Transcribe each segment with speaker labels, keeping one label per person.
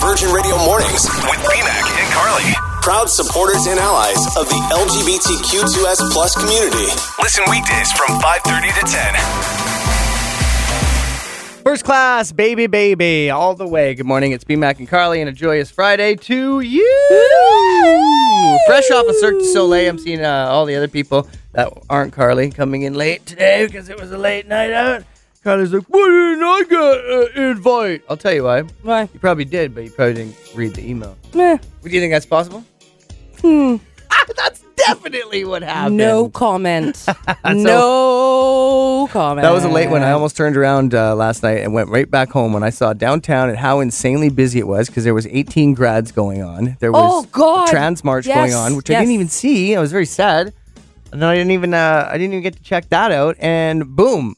Speaker 1: Virgin Radio Mornings.
Speaker 2: with BMAC and Carly.
Speaker 1: Proud supporters and allies of the LGBTQ2S plus community.
Speaker 2: Listen weekdays from 5:30 to 10.
Speaker 3: First class, baby, baby, all the way. Good morning. It's B Mac and Carly, and a joyous Friday to you. Fresh off of Cirque du Soleil, I'm seeing uh, all the other people that aren't Carly coming in late today because it was a late night out. Carly's like, "Why didn't I get an invite?" I'll tell you why.
Speaker 4: Why?
Speaker 3: You probably did, but you probably didn't read the email.
Speaker 4: Meh.
Speaker 3: Do you think that's possible? Hmm. That's definitely what happened.
Speaker 4: No comment. no comment.
Speaker 3: That was a late one. I almost turned around uh, last night and went right back home when I saw downtown and how insanely busy it was because there was 18 grads going on. There was
Speaker 4: Oh, God.
Speaker 3: a trans march
Speaker 4: Yes,
Speaker 3: going on, which I didn't
Speaker 4: yes.
Speaker 3: even see. I was very sad, and then I didn't even uh, I didn't even get to check that out. And boom,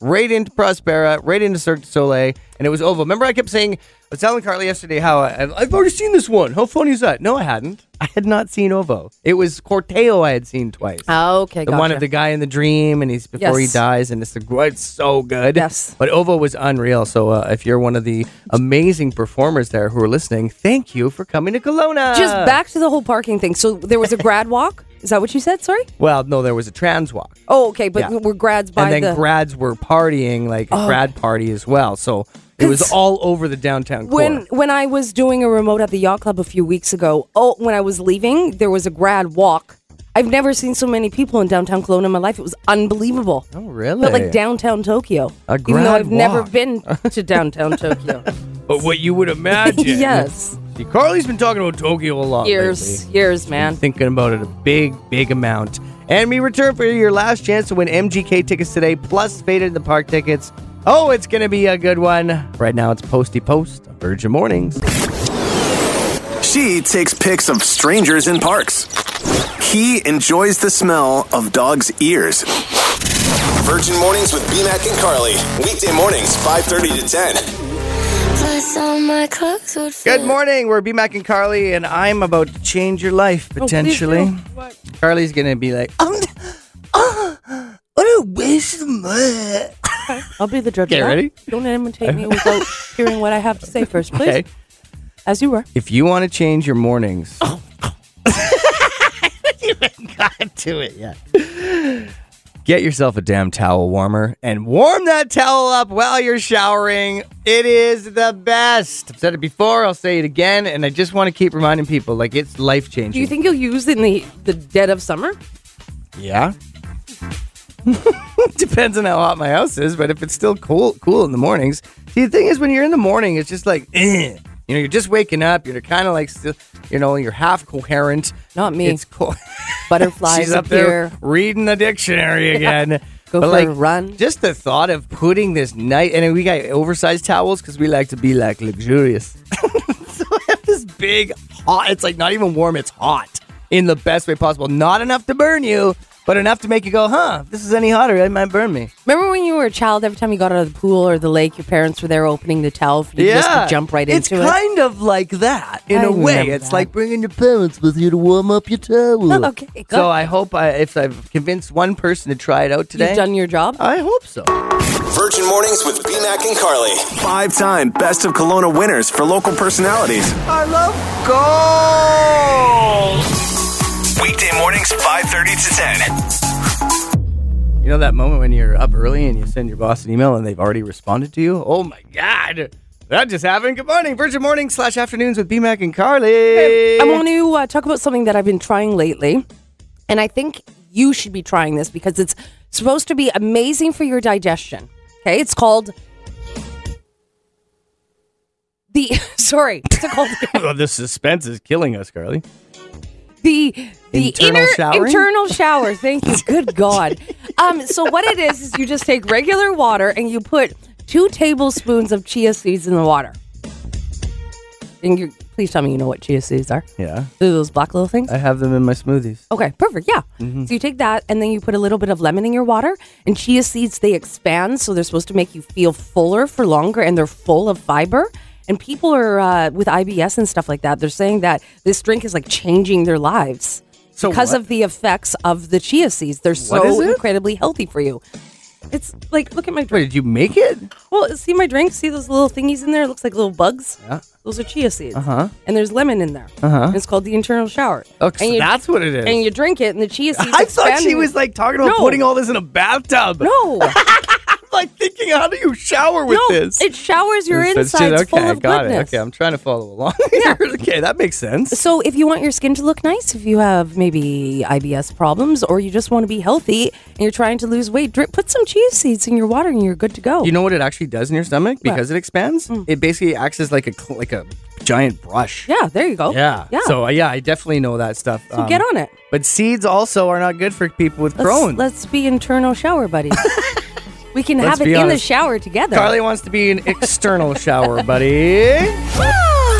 Speaker 3: right into Prospera, right into Cirque du Soleil, and it was over. Remember, I kept saying I was telling Carly yesterday how I, I've already seen this one. How funny is that? No, I hadn't. I had not seen Ovo. It was Corteo I had seen twice
Speaker 4: Okay,
Speaker 3: the
Speaker 4: gotcha.
Speaker 3: one of the guy in the dream, and he's before
Speaker 4: Yes.
Speaker 3: he dies, and it's the it's so good.
Speaker 4: Yes.
Speaker 3: but Ovo was unreal. So uh, if you're one of the amazing performers there who are listening, thank you for coming to Kelowna.
Speaker 4: Just back to the whole parking thing. So there was a grad walk. Is that what you said? Sorry.
Speaker 3: Well, no, there was a trans walk,
Speaker 4: Oh, okay. But
Speaker 3: Yeah.
Speaker 4: we're grads by
Speaker 3: and then
Speaker 4: the. Oh.
Speaker 3: grads were partying like a grad party as well. So it was
Speaker 4: 'Cause
Speaker 3: all over the downtown.
Speaker 4: when
Speaker 3: core.
Speaker 4: when I was doing a remote at the yacht club a few weeks ago, oh, when I was leaving, there was a grad walk. I've never seen so many people in downtown Cologne in my life. It was unbelievable.
Speaker 3: Oh, really?
Speaker 4: But like downtown Tokyo.
Speaker 3: A
Speaker 4: even
Speaker 3: grad
Speaker 4: though I've never
Speaker 3: walk.
Speaker 4: been to downtown Tokyo.
Speaker 3: but what you would imagine.
Speaker 4: yes.
Speaker 3: See, Carly's been talking about Tokyo a lot. lately.
Speaker 4: Years, years, man.
Speaker 3: thinking about it a big, big amount. And we return for your last chance to win MGK tickets today, plus Faded in the Park tickets. Oh, it's going to be a good one. Right now, it's Posty Post, on Virgin Mornings.
Speaker 2: She takes pics of strangers in parks. He enjoys the smell of dogs' ears.
Speaker 1: Virgin Mornings with BMAC and Carly. Weekday mornings, 5.30 to 10.
Speaker 5: Plus all my clothes would fit.
Speaker 3: Good morning. We're B Mac and Carly, and I'm about to change your life
Speaker 4: Oh,
Speaker 3: potentially. Carly's going to be like, um, ah, what a waste of money.
Speaker 4: I'll be the judge.
Speaker 3: Okay,
Speaker 4: of that.
Speaker 3: ready?
Speaker 4: Don't imitate me without hearing what I have to say first, please.
Speaker 3: Okay.
Speaker 4: As you were.
Speaker 3: If you want to change your mornings, Oh, you haven't got to it yet. Get yourself a damn towel warmer and warm that towel up while you're showering. It is the best. I've said it before, I'll say it again, and I just want to keep reminding people like it's life changing.
Speaker 4: Do you think you'll use it in the, the dead of summer?
Speaker 3: Yeah. Depends on how hot my house is, but if it's still cool, cool in the mornings. See, the thing is, when you're in the morning, it's just like, eh. you know, you're just waking up. You're kind of like, still, you know, you're half coherent.
Speaker 4: Not me.
Speaker 3: It's cool.
Speaker 4: Butterflies
Speaker 3: She's up
Speaker 4: appear.
Speaker 3: there reading the dictionary again.
Speaker 4: Go
Speaker 3: But,
Speaker 4: for a run.
Speaker 3: Just the thought of putting this night, and we got oversized towels because we like to be like luxurious. so I have this big hot. It's like not even warm. It's hot in the best way possible. Not enough to burn you, but enough to make you go, huh? If this is any hotter, it might burn me.
Speaker 4: Remember when you were a child, every time you got out of the pool or the lake, your parents were there opening the towel for you just to jump right
Speaker 3: it's
Speaker 4: into it?
Speaker 3: kind of like that in
Speaker 4: I
Speaker 3: a way.
Speaker 4: remember
Speaker 3: It's
Speaker 4: that. Oh,
Speaker 3: like bringing your parents with you to warm up your towel.
Speaker 4: Okay, good.
Speaker 3: So I hope I, if I've convinced one person to try it out today,
Speaker 4: You've done your job?
Speaker 3: I hope so.
Speaker 1: Virgin Mornings with BMAC and Carly.
Speaker 2: Five-time Best of Kelowna winners for local personalities.
Speaker 3: I love gold.
Speaker 2: Weekday mornings, 5:30 to 10.
Speaker 3: You know that moment when you're up early and you send your boss an email and they've already responded to you? Oh my god. That just happened. Good morning, Virgin Morning slash afternoons with BMAC and Carly.
Speaker 4: I want to uh, talk about something that I've been trying lately, and I think you should be trying this because it's supposed to be amazing for your digestion. Okay, it's called the sorry, it's called
Speaker 3: oh, the suspense is killing us, Carly.
Speaker 4: the the
Speaker 3: Internal
Speaker 4: inner
Speaker 3: showering?
Speaker 4: internal shower. Thank you. Good God. Um, so what it is is you just take regular water and you put two tablespoons of chia seeds in the water. And you please tell me you know what chia seeds are.
Speaker 3: Yeah.
Speaker 4: They're those black little things.
Speaker 3: I have them in my smoothies.
Speaker 4: Okay, perfect. Yeah.
Speaker 3: Mm-hmm.
Speaker 4: So you take that and then you put a little bit of lemon in your water. And chia seeds, they expand. So they're supposed to make you feel fuller for longer and they're full of fiber. And people are uh, with IBS and stuff like that, they're saying that this drink is like changing their lives
Speaker 3: So
Speaker 4: because
Speaker 3: what?
Speaker 4: of the effects of the chia seeds. They're
Speaker 3: What is
Speaker 4: so
Speaker 3: it?
Speaker 4: incredibly healthy for you. It's like, look at my
Speaker 3: Wait,
Speaker 4: drink.
Speaker 3: did you make it?
Speaker 4: Well, see my drink? See those little thingies in there? It looks like little bugs.
Speaker 3: Yeah.
Speaker 4: Those are chia seeds.
Speaker 3: Uh-huh.
Speaker 4: And there's lemon in there. Uh-huh. It's called the internal shower.
Speaker 3: Oh, so
Speaker 4: and you,
Speaker 3: that's what it is.
Speaker 4: And you drink it, and the chia seeds.
Speaker 3: I thought she
Speaker 4: expand-
Speaker 3: was like talking about
Speaker 4: No.
Speaker 3: putting all this in a bathtub.
Speaker 4: No,
Speaker 3: I'm like thinking, how do you shower with
Speaker 4: no,
Speaker 3: this?
Speaker 4: it showers your
Speaker 3: That's- that's it.
Speaker 4: insides full
Speaker 3: I
Speaker 4: of
Speaker 3: got
Speaker 4: goodness.
Speaker 3: It. Okay, I'm trying to follow along. okay, that makes sense.
Speaker 4: So if you want your skin to look nice, if you have maybe IBS problems, or you just want to be healthy and you're trying to lose weight, drip, put some chia seeds in your water, and you're good to go.
Speaker 3: You know what it actually does in your stomach because it expands. It basically acts as like a cl- like a giant brush.
Speaker 4: Mm. yeah, there you go.
Speaker 3: Yeah.
Speaker 4: yeah.
Speaker 3: So uh, yeah, I definitely know that stuff. um,
Speaker 4: So get on it.
Speaker 3: But seeds also are not good for people with
Speaker 4: Let's,
Speaker 3: Crohn's.
Speaker 4: let's be internal shower buddies. we can
Speaker 3: Let's
Speaker 4: have it
Speaker 3: be
Speaker 4: in the
Speaker 3: honest.
Speaker 4: shower together.
Speaker 3: Carly wants to be an external shower, buddy.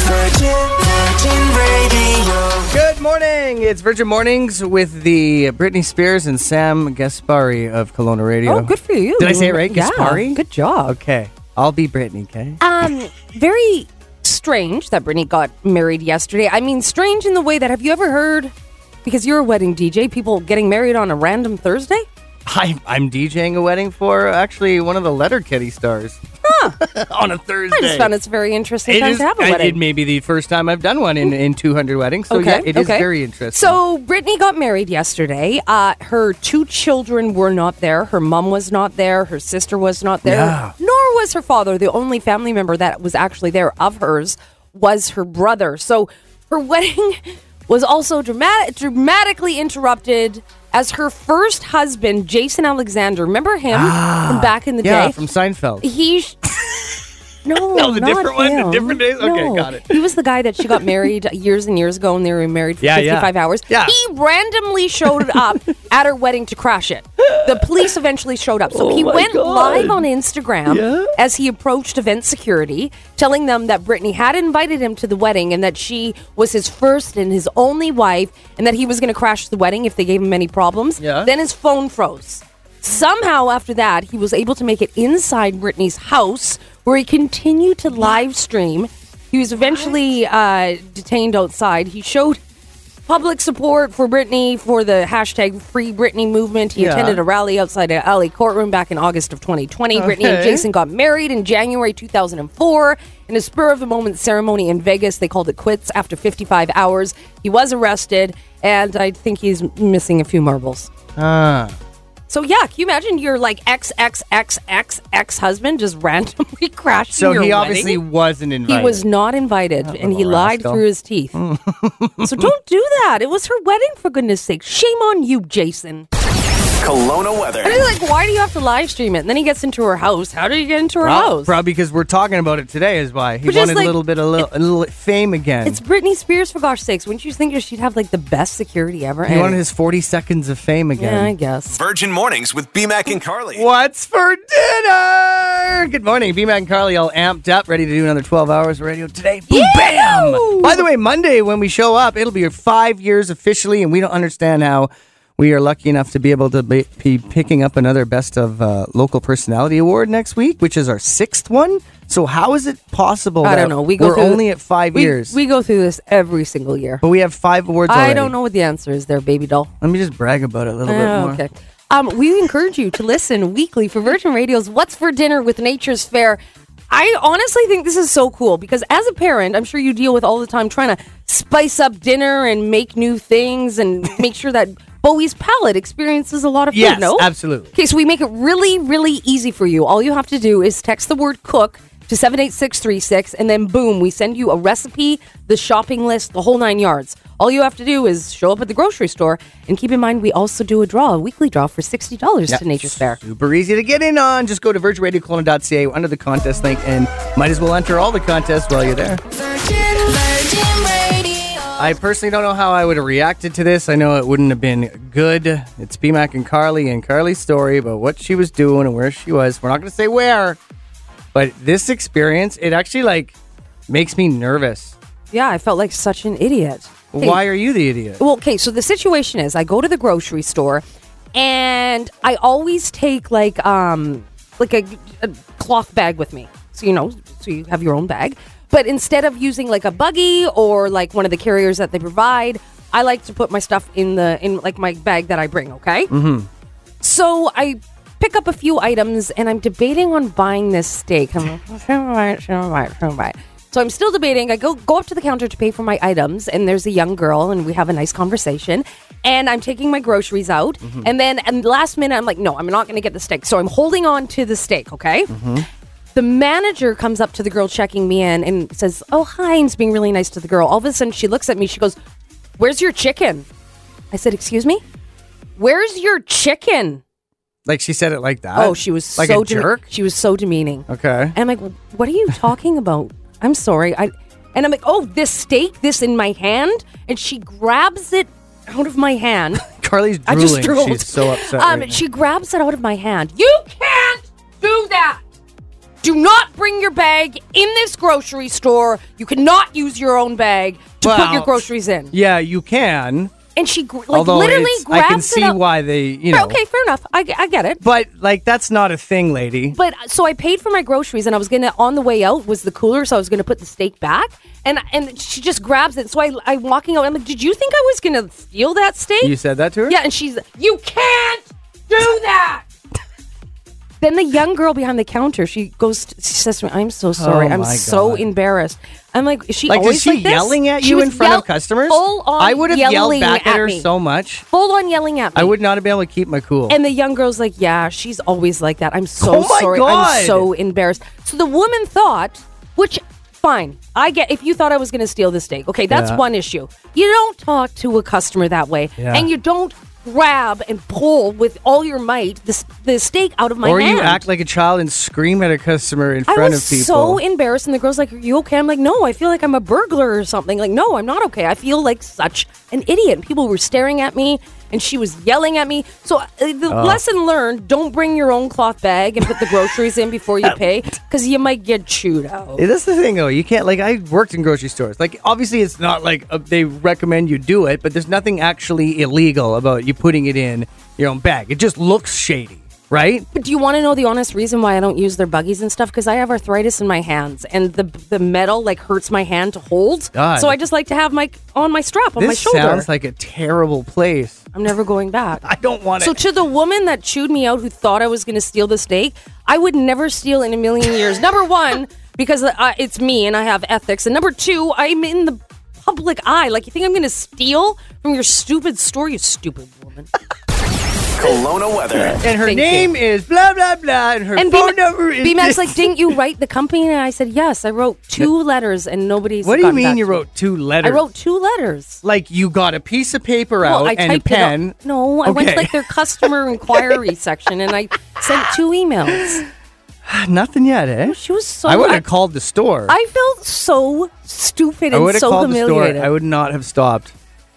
Speaker 5: Virgin, Virgin Radio.
Speaker 3: Good morning. It's Virgin Mornings with the Britney Spears and Sam Gaspari of Kelowna Radio.
Speaker 4: Oh, good for you.
Speaker 3: Did I say it right?
Speaker 4: Yeah,
Speaker 3: Gaspari?
Speaker 4: Good job.
Speaker 3: Okay. I'll be Britney, okay?
Speaker 4: Um, very strange that Brittany got married yesterday. I mean, strange in the way that have you ever heard? Because you're a wedding DJ, people getting married on a random Thursday.
Speaker 3: I, I'm DJing a wedding for uh, actually one of the Letter Kitty stars. On a Thursday.
Speaker 4: I just found it's a very interesting
Speaker 3: It
Speaker 4: time
Speaker 3: is-
Speaker 4: to have a
Speaker 3: I-
Speaker 4: wedding.
Speaker 3: It may be the first time I've done one in, in 200 weddings. So,
Speaker 4: okay,
Speaker 3: yeah, it is
Speaker 4: okay.
Speaker 3: very interesting.
Speaker 4: So Brittany got married yesterday. Uh, her two children were not there. Her mom was not there. Her sister was not there.
Speaker 3: Yeah.
Speaker 4: Nor was her father. The only family member that was actually there of hers was her brother. So her wedding was also dramatic, dramatically interrupted as her first husband, Jason Alexander. Remember him from back in the
Speaker 3: Ah, yeah,
Speaker 4: day?
Speaker 3: from Seinfeld.
Speaker 4: He. Sh- no,
Speaker 3: No, the
Speaker 4: not
Speaker 3: different one, the
Speaker 4: him.
Speaker 3: different days? Okay,
Speaker 4: No.
Speaker 3: got it.
Speaker 4: He was the guy that she got married years and years ago, and they were married for
Speaker 3: Yeah, yeah.
Speaker 4: 55 hours.
Speaker 3: Yeah.
Speaker 4: He randomly showed up at her wedding to crash it. The police eventually showed up. So
Speaker 3: Oh
Speaker 4: he
Speaker 3: my
Speaker 4: went
Speaker 3: God.
Speaker 4: live on Instagram
Speaker 3: Yeah.
Speaker 4: as he approached event security, telling them that Brittany had invited him to the wedding and that she was his first and his only wife, and that he was going to crash the wedding if they gave him any problems.
Speaker 3: Yeah.
Speaker 4: Then his phone froze. Somehow, after that, he was able to make it inside Britney's house, where he continued to live stream. He was eventually uh, detained outside. He showed public support for Britney for the hashtag Free Britney movement. He
Speaker 3: Yeah.
Speaker 4: attended a rally outside a LA courtroom back in August of 2020. Britney and
Speaker 3: Okay.
Speaker 4: Jason got married in January 2004 in a spur of the moment ceremony in Vegas. They called it quits after 55 hours. He was arrested, and I think he's missing a few marbles.
Speaker 3: Ah.
Speaker 4: So yeah, can you imagine your like ex ex ex ex ex husband just randomly crashing
Speaker 3: So
Speaker 4: your
Speaker 3: he
Speaker 4: wedding?
Speaker 3: obviously wasn't
Speaker 4: He
Speaker 3: invited.
Speaker 4: was not invited, and he
Speaker 3: little
Speaker 4: lied
Speaker 3: rascal.
Speaker 4: through his teeth. so don't do that. It was her wedding, for goodness sake. Shame on you, Jason.
Speaker 2: Kelowna weather.
Speaker 4: And he's like, why do you have to live stream it? And then he gets into her house. How did he get into her house?
Speaker 3: Probably because we're talking about it today is why. He
Speaker 4: But just
Speaker 3: wanted
Speaker 4: like-
Speaker 3: a little bit of little, a little fame again.
Speaker 4: It's Britney Spears, for gosh sakes. Wouldn't you think she'd have like the best security ever?
Speaker 3: he
Speaker 4: And-
Speaker 3: wanted his 40 seconds of fame
Speaker 4: yeah, I
Speaker 3: again.
Speaker 4: guess.
Speaker 1: Virgin Mornings with BMAC and Carly.
Speaker 3: What's for dinner? Good morning. B Mac and Carly all amped up, ready to do another 12 hours of radio today. Boom, bam! By the way, Monday when we show up, it'll be five years officially, and we don't understand how we are lucky enough to be able to be, be picking up another Best of uh, Local Personality Award next week, which is our sixth one. So how is it possible
Speaker 4: I
Speaker 3: that
Speaker 4: don't know. We go
Speaker 3: we're
Speaker 4: through-
Speaker 3: only at five
Speaker 4: we-
Speaker 3: years?
Speaker 4: We go through this every single year.
Speaker 3: but we have five awards already.
Speaker 4: I don't know what the answer is there, baby doll.
Speaker 3: Let me just brag about it a little
Speaker 4: Oh,
Speaker 3: bit more.
Speaker 4: Okay. Um, we encourage you to listen weekly for Virgin Radio's What's for Dinner with Nature's Fair. I honestly think this is so cool because as a parent, I'm sure you deal with all the time trying to spice up dinner and make new things and make sure that Bowie's palate experiences a lot of food.
Speaker 3: Yes,
Speaker 4: no,
Speaker 3: absolutely.
Speaker 4: Okay, so we make it really, really easy for you. All you have to do is text the word cook to 78636, and then boom, we send you a recipe, the shopping list, the whole nine yards. All you have to do is show up at the grocery store. And keep in mind, we also do a draw, a weekly draw for $60 to Nature's Fair.
Speaker 3: Super easy to get in on. Just go to virginradiocolon.ca under the contest link and might as well enter all the contests while you're there.
Speaker 5: Virgin, Virgin Radio.
Speaker 3: I personally don't know how I would have reacted to this. I know it wouldn't have been good. It's BMAC and Carly and Carly's story about what she was doing and where she was. We're not going to say where, but this experience, it actually like makes me nervous.
Speaker 4: Yeah, I felt like such an idiot. Okay,
Speaker 3: Why are you the idiot?
Speaker 4: Well, okay, so the situation is I go to the grocery store and I always take like um like a, a cloth bag with me. So you know, so you have your own bag. But instead of using like a buggy or like one of the carriers that they provide, I like to put my stuff in the in like my bag that I bring, okay? So I pick up a few items, and I'm debating on buying this steak. I'm like, "Oh, should I buy it? Should I buy it? Should I buy it?" So I'm still debating. I go go up to the counter to pay for my items, and there's a young girl, and we have a nice conversation. And I'm taking my groceries out, and then and last minute I'm like, no, I'm not going to get the steak. So I'm holding on to the steak. Okay. The manager comes up to the girl checking me in and says, "Oh hi," and's being really nice to the girl. All of a sudden, she looks at me. She goes, "Where's your chicken?" I said, "Excuse me." Where's your chicken?
Speaker 3: Like she said it like that.
Speaker 4: Oh, she was
Speaker 3: like
Speaker 4: so
Speaker 3: a
Speaker 4: deme-
Speaker 3: jerk.
Speaker 4: She was so demeaning.
Speaker 3: Okay.
Speaker 4: And I'm like, what are you talking about? I'm sorry. I and I'm like, oh, this steak, this in my hand, and she grabs it out of my hand.
Speaker 3: Carly's
Speaker 4: I
Speaker 3: drooling.
Speaker 4: just drooled.
Speaker 3: She's so upset.
Speaker 4: Um,
Speaker 3: right now.
Speaker 4: she grabs it out of my hand. You can't do that. Do not bring your bag in this grocery store. You cannot use your own bag to put
Speaker 3: Well,
Speaker 4: your groceries in.
Speaker 3: yeah, you can.
Speaker 4: And she gr- like
Speaker 3: although
Speaker 4: literally
Speaker 3: it's-
Speaker 4: grabs
Speaker 3: I can
Speaker 4: it
Speaker 3: see
Speaker 4: out-
Speaker 3: why they, you know.
Speaker 4: Okay, fair enough. I, I get it.
Speaker 3: But like that's not a thing, lady.
Speaker 4: But uh, so I paid for my groceries, and I was gonna on the way out was the cooler, so I was gonna put the steak back, and and she just grabs it. So I I'm walking out. I'm like, did you think I was gonna steal that steak?
Speaker 3: you said that to her?
Speaker 4: yeah, and she's you can't do that. then the young girl behind the counter, she goes, to, she says to me, "I'm so sorry.
Speaker 3: Oh
Speaker 4: I'm
Speaker 3: my
Speaker 4: so
Speaker 3: God.
Speaker 4: embarrassed." I'm like, is she
Speaker 3: Like
Speaker 4: always
Speaker 3: is she
Speaker 4: like this?
Speaker 3: yelling at
Speaker 4: She
Speaker 3: you
Speaker 4: was
Speaker 3: in front of
Speaker 4: yell-
Speaker 3: customers?
Speaker 4: Full on.
Speaker 3: I would have yelled
Speaker 4: yelling
Speaker 3: back at her
Speaker 4: me.
Speaker 3: so much.
Speaker 4: Full on yelling at me.
Speaker 3: I would not have been able to keep my cool.
Speaker 4: And the young girl's like, yeah, she's always like that. I'm so
Speaker 3: Oh my
Speaker 4: sorry.
Speaker 3: God.
Speaker 4: I'm so embarrassed. So the woman thought, which, fine, I get if you thought I was going to steal the steak. Okay, that's
Speaker 3: Yeah.
Speaker 4: one issue. You don't talk to a customer that way.
Speaker 3: Yeah.
Speaker 4: And you don't grab and pull with all your might the, the steak out of my
Speaker 3: or
Speaker 4: hand.
Speaker 3: you act like a child and scream at a customer in
Speaker 4: I
Speaker 3: front
Speaker 4: was
Speaker 3: of people.
Speaker 4: so embarrassed, and the girl's like, "Are you okay?" I'm like, "No, I feel like I'm a burglar or something." Like, "No, I'm not okay. I feel like such an idiot." People were staring at me, and she was yelling at me. So uh, the
Speaker 3: Oh.
Speaker 4: lesson learned: don't bring your own cloth bag and put the groceries in before you pay, because you might get chewed out.
Speaker 3: Yeah, that's the thing, though. You can't like I worked in grocery stores. Like obviously, it's not like uh, they recommend you do it, but there's nothing actually illegal about you putting it in your own bag. It just looks shady, right?
Speaker 4: But do you want to know the honest reason why I don't use their buggies and stuff? Because I have arthritis in my hands, and the the metal like hurts my hand to hold.
Speaker 3: God.
Speaker 4: So I just like to have my on my strap on my
Speaker 3: this
Speaker 4: shoulder.
Speaker 3: sounds like a terrible place.
Speaker 4: I'm never going back.
Speaker 3: I don't want
Speaker 4: So
Speaker 3: it.
Speaker 4: to the woman that chewed me out, who thought I was going to steal the steak, I would never steal in a million years. Number one, because uh, it's me and I have ethics, and number two, I'm in the public eye. Like you think I'm going to steal from your stupid store, you stupid woman?
Speaker 1: Kelowna weather.
Speaker 3: and her
Speaker 4: Thank you.
Speaker 3: name is blah blah blah, and her
Speaker 4: And
Speaker 3: phone
Speaker 4: B-
Speaker 3: number is.
Speaker 4: B-Mac's
Speaker 3: this.
Speaker 4: like, didn't you write the company? And I said, yes, I wrote two letters, and nobody's.
Speaker 3: What do you
Speaker 4: gotten back
Speaker 3: mean you
Speaker 4: to me."
Speaker 3: wrote two letters?
Speaker 4: I wrote two letters.
Speaker 3: Like you got a piece of paper
Speaker 4: Well,
Speaker 3: out
Speaker 4: I
Speaker 3: and a
Speaker 4: typed it
Speaker 3: pen.
Speaker 4: up. No, I went to
Speaker 3: Okay.
Speaker 4: like their customer inquiry section, and I sent two emails.
Speaker 3: Nothing yet, eh?
Speaker 4: She was Oh, so.
Speaker 3: I would
Speaker 4: I-
Speaker 3: have called the store.
Speaker 4: I felt so stupid
Speaker 3: I
Speaker 4: and
Speaker 3: would have
Speaker 4: so
Speaker 3: called the store.
Speaker 4: humiliated.
Speaker 3: I would not have stopped.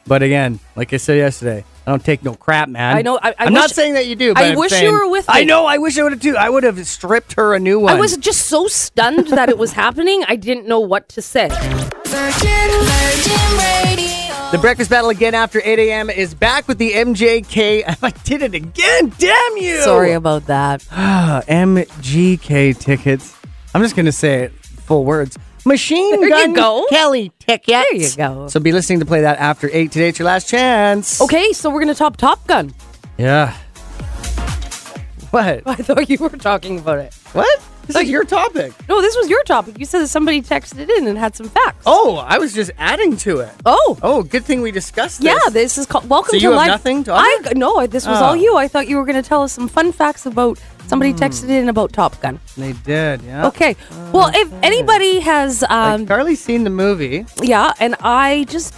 Speaker 3: But again, like I said yesterday, I don't take no crap, man.
Speaker 4: I know- I- I
Speaker 3: am not
Speaker 4: wish-
Speaker 3: saying that you do. But
Speaker 4: I
Speaker 3: I'm
Speaker 4: wish you
Speaker 3: saying-
Speaker 4: were with
Speaker 3: I
Speaker 4: me.
Speaker 3: know. I wish I would have too. I would have stripped her a new one.
Speaker 4: I was just so stunned that it was happening. I didn't know what to say.
Speaker 5: Virgin, Virgin Radio.
Speaker 3: The breakfast battle again after 8 a.m. is back with the MJK. I did it again. Damn you.
Speaker 4: Sorry about that.
Speaker 3: Ah, MGK tickets. I'm just gonna say it full words. Machine
Speaker 4: There you
Speaker 3: gun
Speaker 4: go.
Speaker 3: Kelly tickets.
Speaker 4: There you go.
Speaker 3: So be listening to play that after eight. Today, it's your last chance.
Speaker 4: Okay, so we're gonna top Top Gun.
Speaker 3: Yeah. What?
Speaker 4: I thought you were talking about it.
Speaker 3: What? This is your topic.
Speaker 4: No, this was your topic. You said that somebody texted in and had some facts.
Speaker 3: Oh, I was just adding to it.
Speaker 4: Oh.
Speaker 3: Oh, good thing we discussed this.
Speaker 4: Yeah, this is called Welcome
Speaker 3: So
Speaker 4: to
Speaker 3: you have
Speaker 4: Life.
Speaker 3: nothing to
Speaker 4: I
Speaker 3: offer?
Speaker 4: no, this was
Speaker 3: Oh. Hmm.
Speaker 4: all you. I thought you were going to tell us some fun facts about somebody texted in about Top Gun.
Speaker 3: They did, yeah.
Speaker 4: Okay. Well, if anybody has um,
Speaker 3: Oh. Like, Carly's seen the movie.
Speaker 4: Yeah, and I just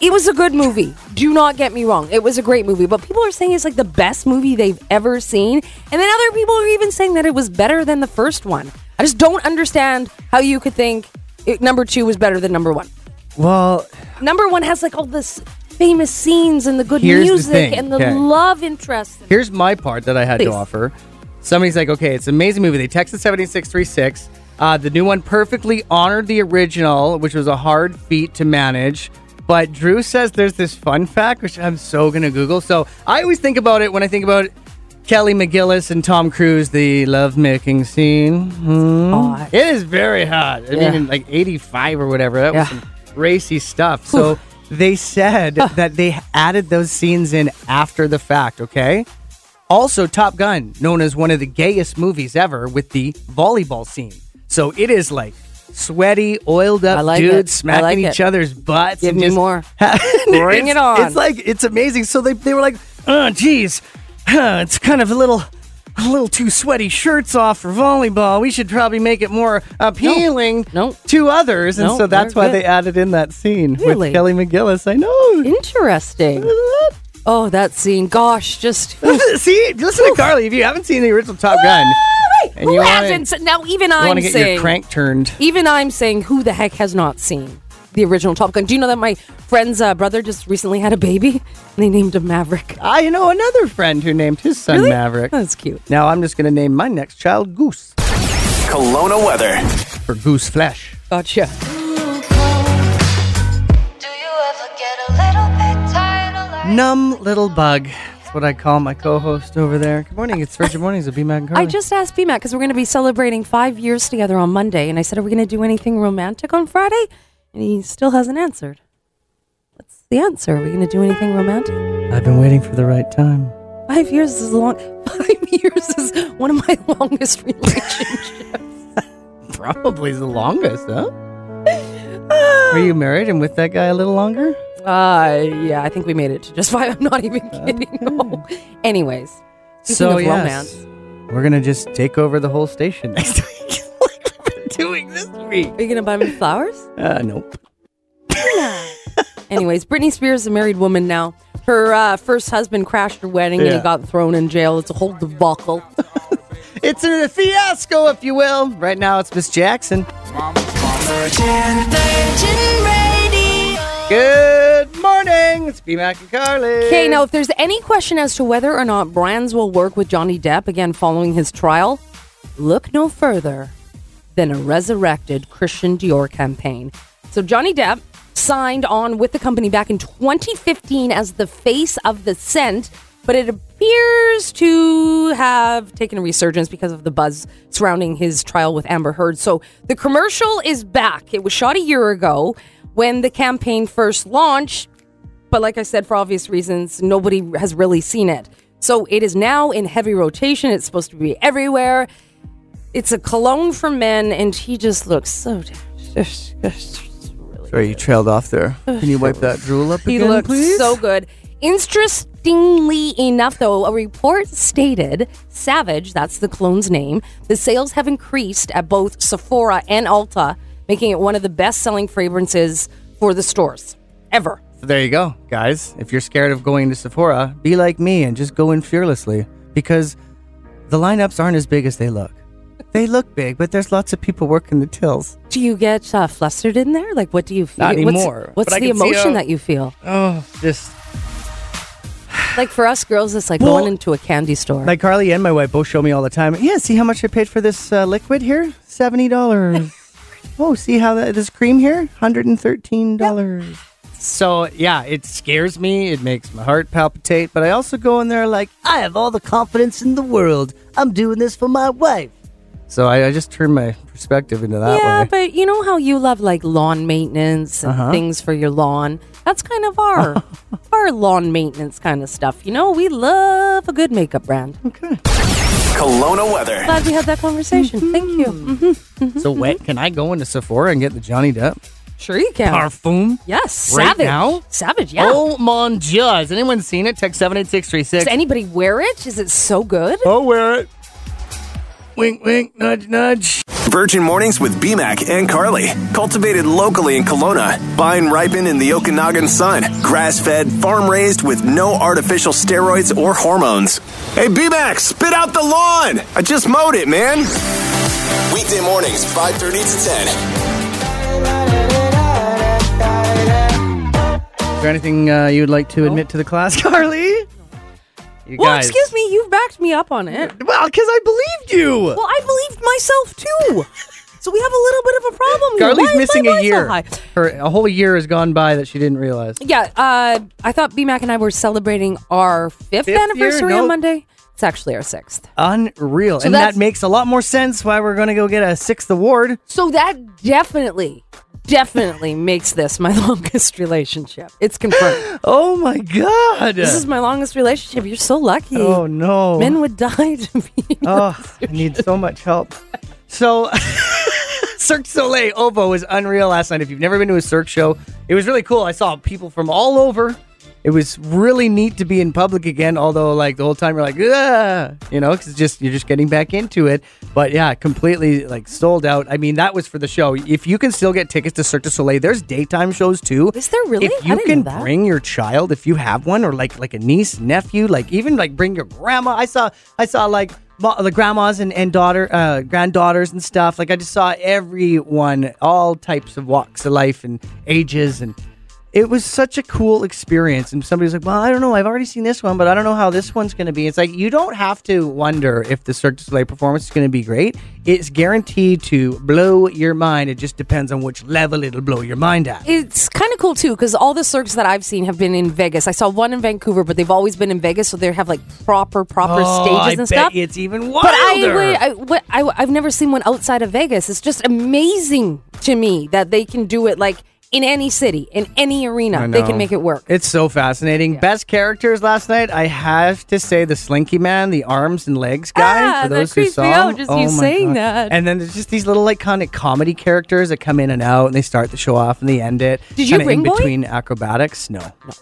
Speaker 4: it was a good movie. Do not get me wrong. It was a great movie, but people are saying it's like the best movie they've ever seen. And then other people are even saying that it was better than the first one. I just don't understand how you could think it, number 2 was better than number 1.
Speaker 3: Well,
Speaker 4: Number 1 has like all this famous scenes and the good
Speaker 3: Here's the
Speaker 4: music
Speaker 3: thing,
Speaker 4: and the
Speaker 3: okay.
Speaker 4: love interest.
Speaker 3: here's my part that I had
Speaker 4: Please.
Speaker 3: to offer. Somebody's like, okay, it's an amazing movie. They texted 7636. Uh, the new one perfectly honored the original, which was a hard feat to manage. But Drew says there's this fun fact, which I'm so going to Google. So I always think about it when I think about Kelly McGillis and Tom Cruise, the lovemaking scene. Hmm.
Speaker 4: Hot.
Speaker 3: It is very hot. I
Speaker 4: Yeah.
Speaker 3: mean, like 85 or whatever. That was
Speaker 4: Yeah.
Speaker 3: some racy stuff. So they said that they added those scenes in after the fact, okay? Also, Top Gun, known as one of the gayest movies ever with the volleyball scene. So it is like sweaty, oiled
Speaker 4: I
Speaker 3: up
Speaker 4: like
Speaker 3: dudes
Speaker 4: it. I
Speaker 3: smacking
Speaker 4: like
Speaker 3: each
Speaker 4: it.
Speaker 3: other's butts.
Speaker 4: Give
Speaker 3: and
Speaker 4: me
Speaker 3: just-
Speaker 4: more.
Speaker 3: Bring
Speaker 4: it on.
Speaker 3: It's like it's amazing. So they, they were like, oh geez, huh, it's kind of a little a little too sweaty shirts off for volleyball. We should probably make it more appealing
Speaker 4: Nope.
Speaker 3: to others. And
Speaker 4: Nope,
Speaker 3: so that's
Speaker 4: we're
Speaker 3: why
Speaker 4: good.
Speaker 3: they added in that scene
Speaker 4: Really?
Speaker 3: with Kelly McGillis. I know.
Speaker 4: Interesting. Oh, that scene. Gosh, just.
Speaker 3: See, listen to Carly. If you haven't seen the original Top Gun, And
Speaker 4: Who
Speaker 3: you wanna-
Speaker 4: hasn't? se- now, even
Speaker 3: you want
Speaker 4: I'm
Speaker 3: to get
Speaker 4: saying.
Speaker 3: your crank turned.
Speaker 4: Even I'm saying, who the heck has not seen the original Top Gun? Do you know that my friend's uh, brother just recently had a baby and they named him Maverick?
Speaker 3: I know another friend who named his son
Speaker 4: Really?
Speaker 3: Maverick.
Speaker 4: That's cute.
Speaker 3: Now I'm just going to name my next child Goose
Speaker 2: Kelowna weather.
Speaker 3: for Goose Flesh.
Speaker 4: Gotcha.
Speaker 5: Do you ever get a little bit tired of life?
Speaker 3: Numb little bug. That's what I call my co-host over there. Good morning. It's Virgin Mornings with B Mac and Carly.
Speaker 4: I just asked BMAC because we're going to be celebrating five years together on Monday, and I said, "Are we going to do anything romantic on Friday?" And he still hasn't answered. What's the answer? Are we going to do anything romantic?
Speaker 3: I've been waiting for the right time.
Speaker 4: Five years is a long. Five years is one of my longest relationships.
Speaker 3: Probably the longest, huh? Were you married and with that guy a little longer?
Speaker 4: uh, yeah, I think we made it to just five. I'm not even kidding. No. Anyways, speaking
Speaker 3: so
Speaker 4: of
Speaker 3: yes,
Speaker 4: romance,
Speaker 3: we're gonna just take over the whole station next week, like we've been doing this week.
Speaker 4: are you going to buy me flowers?
Speaker 3: Uh, nope.
Speaker 4: Anyways, Britney Spears is a married woman now. Her uh, first husband crashed her wedding and he
Speaker 3: Yeah.
Speaker 4: got thrown in jail. It's a whole debacle.
Speaker 3: It's a fiasco, if you will. Right now, it's Miss Jackson.
Speaker 5: Virgin Radio.
Speaker 3: Good morning. It's B Mac and Carly.
Speaker 4: Okay, now if there's any question as to whether or not brands will work with Johnny Depp again following his trial, look no further than a resurrected Christian Dior campaign. So Johnny Depp signed on with the company back in 2015 as the face of the scent, but it appears to have taken a resurgence because of the buzz surrounding his trial with Amber Heard. So the commercial is back. It was shot a year ago when the campaign first launched but like I said, for obvious reasons, nobody has really seen it. So it is now in heavy rotation. It's supposed to be everywhere. It's a cologne for men, and he just looks so.
Speaker 3: Sorry, you trailed off there. Can you wipe that drool up
Speaker 4: He
Speaker 3: again,
Speaker 4: looks
Speaker 3: please?
Speaker 4: so good. Interestingly enough, though, a report stated Savage, that's the clone's name, the sales have increased at both Sephora and Ulta, making it one of the best selling fragrances for the stores ever.
Speaker 3: So there you go, guys. If you're scared of going to Sephora, be like me and just go in fearlessly because the lineups aren't as big as they look. They look big, but there's lots of people working the tills.
Speaker 4: Do you get uh, flustered in there? Like, what do you feel?
Speaker 3: Not
Speaker 4: What's-
Speaker 3: anymore,
Speaker 4: What's,
Speaker 3: but I
Speaker 4: the
Speaker 3: can see
Speaker 4: emotion
Speaker 3: how-
Speaker 4: that you feel?
Speaker 3: Oh, just
Speaker 4: Like for us girls, it's like
Speaker 3: Well-
Speaker 4: going into a candy store.
Speaker 3: like Carly and my wife both show me all the time. Yeah, see how much I paid for this uh, liquid here? Seventy dollars. oh, see how that, this cream here? Hundred and thirteen dollars. So yeah, it scares me. It makes my heart palpitate. But I also go in there like I have all the confidence in the world. I'm doing this for my wife. So I, I just turn my perspective into that
Speaker 4: yeah,
Speaker 3: way. Uh-huh.
Speaker 4: but you know how you love like lawn maintenance and things for your lawn. That's kind of our our lawn maintenance kind of stuff. You know, we love a good makeup brand.
Speaker 3: okay.
Speaker 2: Kelowna weather.
Speaker 4: Glad we had that conversation. Thank you.
Speaker 3: Mm-hmm.
Speaker 4: Mhm.
Speaker 3: so wait, can I go into Sephora and get the Johnny Depp
Speaker 4: Mm, Sure, you can.
Speaker 3: parfum?
Speaker 4: Yes,
Speaker 3: Right
Speaker 4: savage.
Speaker 3: now?
Speaker 4: Savage. Yeah.
Speaker 3: Oh mon dieu! Has anyone seen it? Text seven eight six three six.
Speaker 4: Does anybody wear it? Is it so good?
Speaker 3: I'll wear it. Wink, wink, nudge, nudge.
Speaker 2: Virgin Mornings with BMAC and Carly. Cultivated locally in Kelowna, vine ripened in the Okanagan sun, grass fed, farm raised with no artificial steroids or hormones. Hey, BMAC, spit out the lawn! I just mowed it, man!
Speaker 1: Weekday mornings, 5.30 to 10.
Speaker 3: Is there anything uh, you'd like to admit to the class, Carly? You
Speaker 4: Well,
Speaker 3: guys.
Speaker 4: excuse me, you've backed me up on it.
Speaker 3: Well, because I believed you.
Speaker 4: Well, I believed myself too. So we have a little bit of a problem. here. Why
Speaker 3: Carly's
Speaker 4: is my
Speaker 3: missing
Speaker 4: bar
Speaker 3: a
Speaker 4: so
Speaker 3: year.
Speaker 4: high?
Speaker 3: Her a whole year has gone by that she didn't realize.
Speaker 4: Yeah, uh, I thought BMAC and I were celebrating our fifth,
Speaker 3: Fifth
Speaker 4: anniversary
Speaker 3: year? No.
Speaker 4: on Monday. It's actually our sixth.
Speaker 3: Unreal, and
Speaker 4: that's-
Speaker 3: that makes a lot more sense why we're going to go get a sixth award.
Speaker 4: So that definitely definitely makes this my longest relationship. It's confirmed.
Speaker 3: Oh my god.
Speaker 4: this is my longest relationship. You're so lucky.
Speaker 3: Oh no.
Speaker 4: Men would die to be.
Speaker 3: Oh, I need so much help. So, Cirque du Soleil Ovo was unreal last night. If you've never been to a Cirque show, it was really cool. I saw people from all over. It was really neat to be in public again. Although, like the whole time, you're like, ah, you know, because just you're just getting back into it. But yeah, completely like sold out. I mean, that was for the show. If you can still get tickets to Cirque du Soleil, there's daytime shows too.
Speaker 4: Is there really?
Speaker 3: If
Speaker 4: I
Speaker 3: you
Speaker 4: didn't
Speaker 3: can
Speaker 4: know that.
Speaker 3: bring your child, if you have one, or like like a niece, nephew, like even like bring your grandma. I saw I saw like mo- the grandmas and, and daughter uh, granddaughters and stuff. Like I just saw everyone, all types of walks of life and ages, and it was such a cool experience. And somebody's like, "Well, I don't know. I've already seen this one, but I don't know how this one's going to be." It's like you don't have to wonder if the Cirque du Soleil performance is going to be great. It's guaranteed to blow your mind. It just depends on which level it'll blow your mind at.
Speaker 4: it's kind of cool too because all the circs that I've seen have been in Vegas. I saw one in Vancouver, but they've always been in Vegas, so they have like proper, proper stages
Speaker 3: Oh, I
Speaker 4: and
Speaker 3: bet
Speaker 4: stuff.
Speaker 3: It's even wilder.
Speaker 4: but I, would, I, what, I, I've never seen one outside of Vegas. It's just amazing to me that they can do it like in any city, in any arena. They
Speaker 3: know.
Speaker 4: can make it work.
Speaker 3: it's so fascinating. Best characters last night. I have to say the Slinky Man, the arms and legs guy.
Speaker 4: Ah,
Speaker 3: for
Speaker 4: that
Speaker 3: those who
Speaker 4: creeps
Speaker 3: saw,
Speaker 4: me out,
Speaker 3: him. Oh
Speaker 4: just you
Speaker 3: my
Speaker 4: saying that.
Speaker 3: And then there's just these little iconic comedy characters that come in and out, and they start the show off and they end it.
Speaker 4: Did you
Speaker 3: Kinda
Speaker 4: ring
Speaker 3: in
Speaker 4: boy?
Speaker 3: between acrobatics? No. No.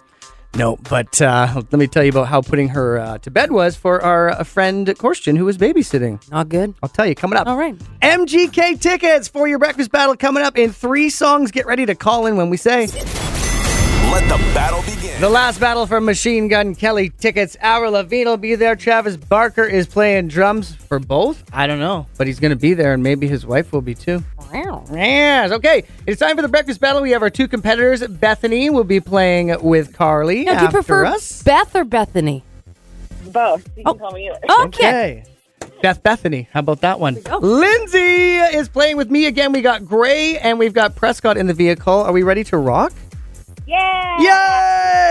Speaker 3: No, but uh, let me tell you about how putting her uh, to bed was for our uh, friend Christian, who was babysitting.
Speaker 4: Not good.
Speaker 3: I'll tell you coming up.
Speaker 4: All right.
Speaker 3: MGK tickets for your breakfast battle coming up in three songs. Get ready to call in when we say
Speaker 1: Let the battle begin.
Speaker 3: the last battle for Machine Gun Kelly tickets. Our Levine will be there. Travis Barker is playing drums for both. I don't know, but he's going to be there, and maybe his wife will be too. Yes. Okay. It's time for the breakfast battle. We have our two competitors. Bethany will be playing with Carly.
Speaker 4: Now, do
Speaker 3: after
Speaker 4: you prefer
Speaker 3: us.
Speaker 4: Beth or Bethany?
Speaker 6: Both. You
Speaker 4: Oh.
Speaker 6: can call me either.
Speaker 4: Okay.
Speaker 3: Okay. Beth Bethany, how about that one?
Speaker 4: go.
Speaker 3: Lindsay is playing with me again. We got Gray and we've got Prescott in the vehicle. Are we ready to rock?
Speaker 6: Yeah.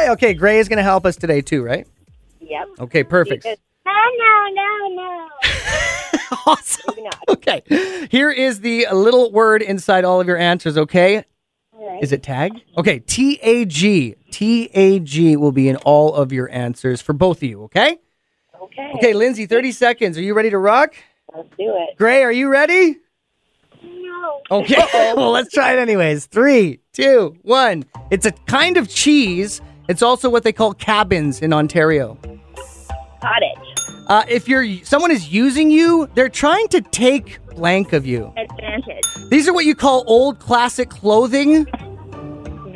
Speaker 3: Yay! Okay, Gray is going to help us today too, right?
Speaker 6: Yep.
Speaker 3: Okay, perfect.
Speaker 6: No, no, no, no.
Speaker 3: Awesome.
Speaker 6: Maybe not.
Speaker 3: Okay, here is the little word inside all of your answers. Okay,
Speaker 6: All right.
Speaker 3: is it tag? Okay, T A G. T A G will be in all of your answers for both of you. Okay.
Speaker 6: okay.
Speaker 3: Okay, Lindsay, thirty seconds. Are you ready to rock?
Speaker 6: Let's do it.
Speaker 3: Gray, are you ready?
Speaker 6: No.
Speaker 3: Okay. well, let's try it anyways. Three, two, one. It's a kind of cheese. It's also what they call cabins in Ontario.
Speaker 6: Cottage.
Speaker 3: Uh, if you're someone is using you, they're trying to take blank of you.
Speaker 6: Advantage.
Speaker 3: These are what you call old classic clothing.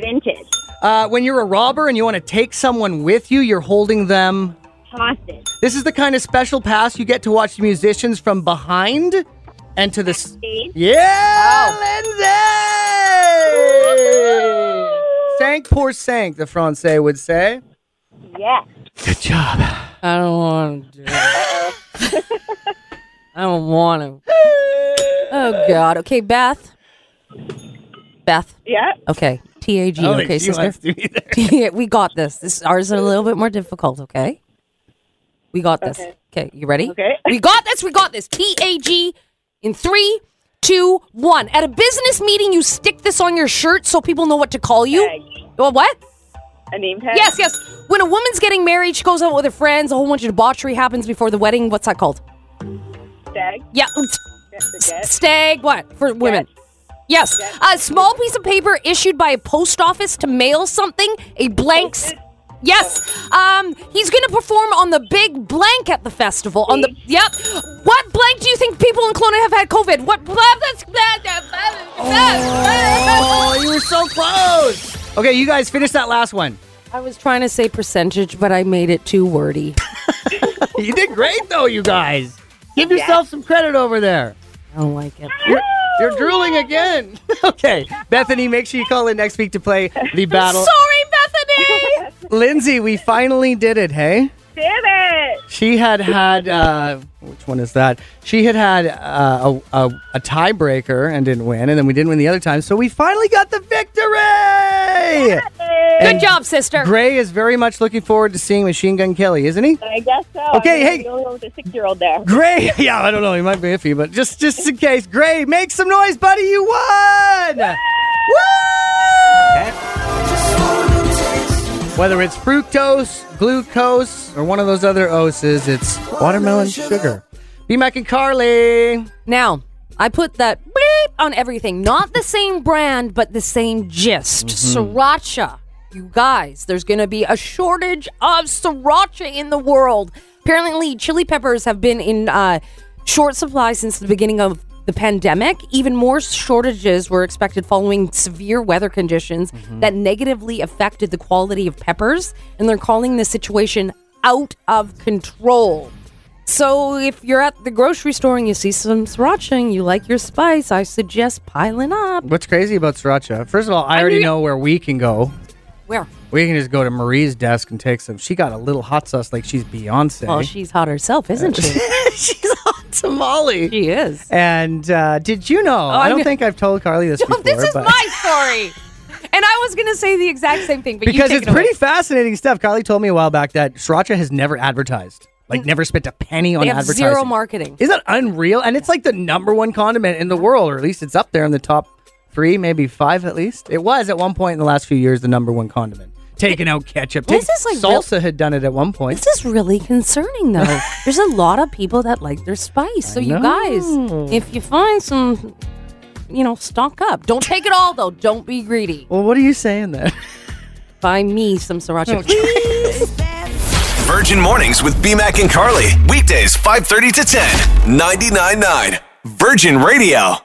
Speaker 6: Vintage.
Speaker 3: Uh, when you're a robber and you want to take someone with you, you're holding them.
Speaker 6: Hostage.
Speaker 3: This is the kind of special pass you get to watch the musicians from behind and to the. s-
Speaker 6: Stage.
Speaker 3: Yeah, Lindsay! Sank pour sank, the Francais would say.
Speaker 6: Yeah.
Speaker 3: Good job.
Speaker 4: I don't want to do it. I don't want to. Oh, God. Okay, Beth. Beth.
Speaker 6: Yeah.
Speaker 4: Okay. T A G.
Speaker 3: Oh,
Speaker 4: Okay, sister. Yeah, we got this. This ours are a little bit more difficult. Okay, we got this. Okay, you ready?
Speaker 6: Okay.
Speaker 4: we got this. We got this. T A G in three, two, one. At a business meeting, you stick this on your shirt so people know what to call you.
Speaker 6: Tag.
Speaker 4: Well, what?
Speaker 6: A name tag.
Speaker 4: Yes, yes. When a woman's getting married, she goes out with her friends. A whole bunch of debauchery happens before the wedding. What's that called?
Speaker 6: Tag.
Speaker 4: Yeah, it's
Speaker 6: That's a guess.
Speaker 4: stag. What for women? Yes. A small piece of paper issued by a post office to mail something. A blank. s- Yes. Um, he's going to perform on the big blank at the festival. On the yep. What blank do you think people in Kelowna have had COVID? What blah, that's blah, blah, blah, blah,
Speaker 3: Oh, you were so close. Okay, you guys finish that last one.
Speaker 4: I was trying to say percentage, but I made it too wordy.
Speaker 3: You did great though, you guys. Give yourself some credit over there.
Speaker 4: I don't like it.
Speaker 3: You're, you're drooling again. okay, Bethany, make sure you call in next week to play the battle.
Speaker 4: Sorry, Bethany.
Speaker 3: Lindsay, we finally did it. Hey,
Speaker 6: Damn it.
Speaker 3: she had had uh, which one is that? She had had uh, a, a, a tiebreaker and didn't win, and then we didn't win the other time. So we finally got the victory.
Speaker 4: Good job, sister.
Speaker 3: Gray is very much looking forward to seeing Machine Gun Kelly, isn't he?
Speaker 6: I guess so.
Speaker 3: Okay,
Speaker 6: I'm
Speaker 3: hey.
Speaker 6: Going with a six-year-old there.
Speaker 3: Gray, yeah, I don't know. He might be iffy, but just just in case, Gray, make some noise, buddy. You won. Whether it's fructose, glucose, or one of those other O's, it's watermelon sugar. BMAC and Carly.
Speaker 4: Now, I put that beep on everything. Not the same brand, but the same gist. Sriracha. You guys, there's going to be a shortage of sriracha in the world. Apparently, chili peppers have been in uh, short supply since the beginning of the pandemic. Even more shortages were expected following severe weather conditions that negatively affected the quality of peppers. And they're calling this situation out of control. So if you're at the grocery store and you see some sriracha and you like your spice, I suggest piling up.
Speaker 3: What's crazy about sriracha? First of all, I already
Speaker 4: mean-
Speaker 3: know where we can go.
Speaker 4: Where?
Speaker 3: We can just go to Marie's desk and take some. She got a little hot sauce like she's Beyonce.
Speaker 4: Well, she's hot herself, isn't she?
Speaker 3: she's on tamale.
Speaker 4: she Oh, is.
Speaker 3: And uh, did you know? I don't
Speaker 4: kn-
Speaker 3: think I've told Carly this before.
Speaker 4: this is
Speaker 3: but-
Speaker 4: my story. And I was going to say the exact same thing, but
Speaker 3: because
Speaker 4: you take
Speaker 3: it's
Speaker 4: it away.
Speaker 3: pretty fascinating stuff. Carly told me a while back that sriracha has never advertised, like never spent a penny on
Speaker 4: They have
Speaker 3: advertising.
Speaker 4: zero marketing.
Speaker 3: Is that unreal? And it's like the number one condiment in the world, or at least it's up there in the top three, maybe five at least. It was at one point in the last few years the number one condiment. Taking out ketchup.
Speaker 4: This
Speaker 3: Take-
Speaker 4: is like real-
Speaker 3: salsa had done it at one point.
Speaker 4: This is really concerning, though. There's a lot of people that like their spice. So, you guys, if you find some, you know, stock up. Don't take it all, though. Don't be greedy.
Speaker 3: well, what are you saying there?
Speaker 4: Buy me some sriracha, please.
Speaker 2: Virgin Mornings with BMAC and Carly.
Speaker 1: Weekdays 5:30 to 10. 99.9 Virgin Radio.